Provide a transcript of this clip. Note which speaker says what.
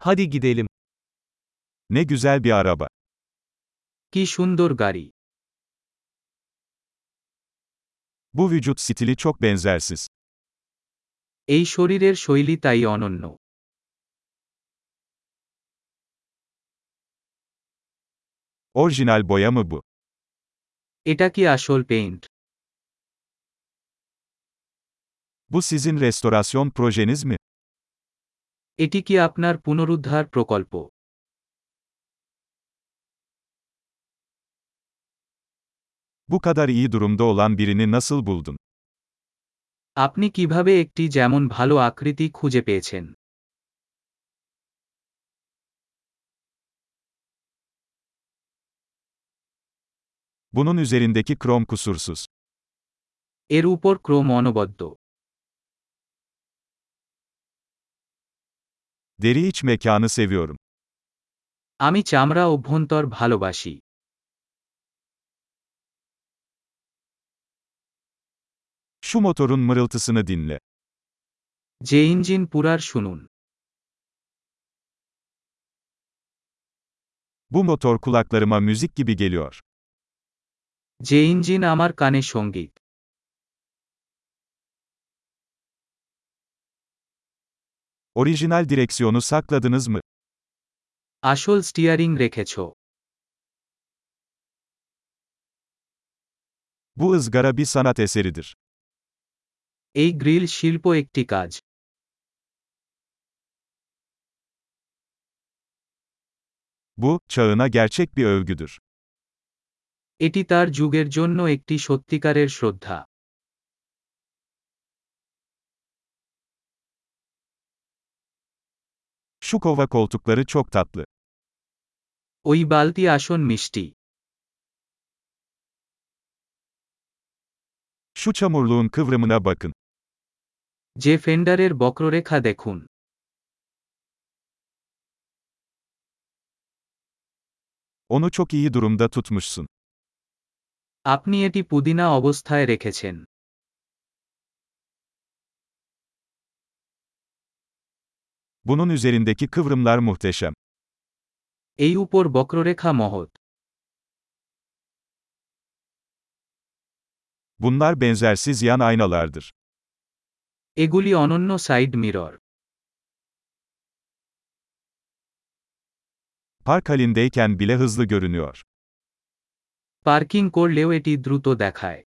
Speaker 1: Hadi gidelim.
Speaker 2: Ne güzel bir araba.
Speaker 1: কি সুন্দর গাড়ি
Speaker 2: Bu vücut stili çok benzersiz.
Speaker 1: এই শরীরের শৈলী তাই অনন্য
Speaker 2: Orijinal boya mı bu?
Speaker 1: এটা কি আসল paint
Speaker 2: Bu sizin restorasyon projeniz mi?
Speaker 1: এটি কি আপনার পুনরুদ্ধার প্রকল্প
Speaker 2: Bu kadar iyi durumda olan birini nasıl buldun?
Speaker 1: আপনি কিভাবে একটি যেমন ভালো আকৃতি খুঁজে পেয়েছেন
Speaker 2: Bunun üzerindeki krom kusursuz.
Speaker 1: এর উপর ক্রম অনবদ্য
Speaker 2: Deri iç mekanı seviyorum.
Speaker 1: আমি চামড়া অভ্যন্তর ভালোবাসি
Speaker 2: Şu motorun mırıltısını dinle.
Speaker 1: যে ইঞ্জিন পুরার শুনুন
Speaker 2: Bu motor kulaklarıma müzik gibi geliyor.
Speaker 1: যে ইঞ্জিন আমার কানে সঙ্গীত
Speaker 2: Orijinal direksiyonu sakladınız mı?
Speaker 1: আসল স্টিয়ারিং রেখেছ
Speaker 2: Bu ızgara bir sanat eseridir.
Speaker 1: এই গ্রিল শিল্প একটি কাজ
Speaker 2: Bu, çağına gerçek bir övgüdür.
Speaker 1: এটি তার যুগের জন্য একটি সত্যিকারের শ্রদ্ধা
Speaker 2: Şu kova koltukları çok tatlı.
Speaker 1: ওই বালতি আসন মিষ্টি
Speaker 2: Şu çamurluğun kıvrımına bakın.
Speaker 1: যে ফেন্ডারের বক্ররেখা দেখুন
Speaker 2: Onu çok iyi durumda tutmuşsun.
Speaker 1: আপনি এটি পুদিনা অবস্থায় রেখেছেন
Speaker 2: Bunun üzerindeki kıvrımlar muhteşem.
Speaker 1: এই উপর বক্ররেখা মহৎ
Speaker 2: Bunlar benzersiz yan aynalardır.
Speaker 1: এগুলি অনন্য side mirror
Speaker 2: Park halindeyken bile hızlı görünüyor.
Speaker 1: Parking করলেও এটি দ্রুত দেখায়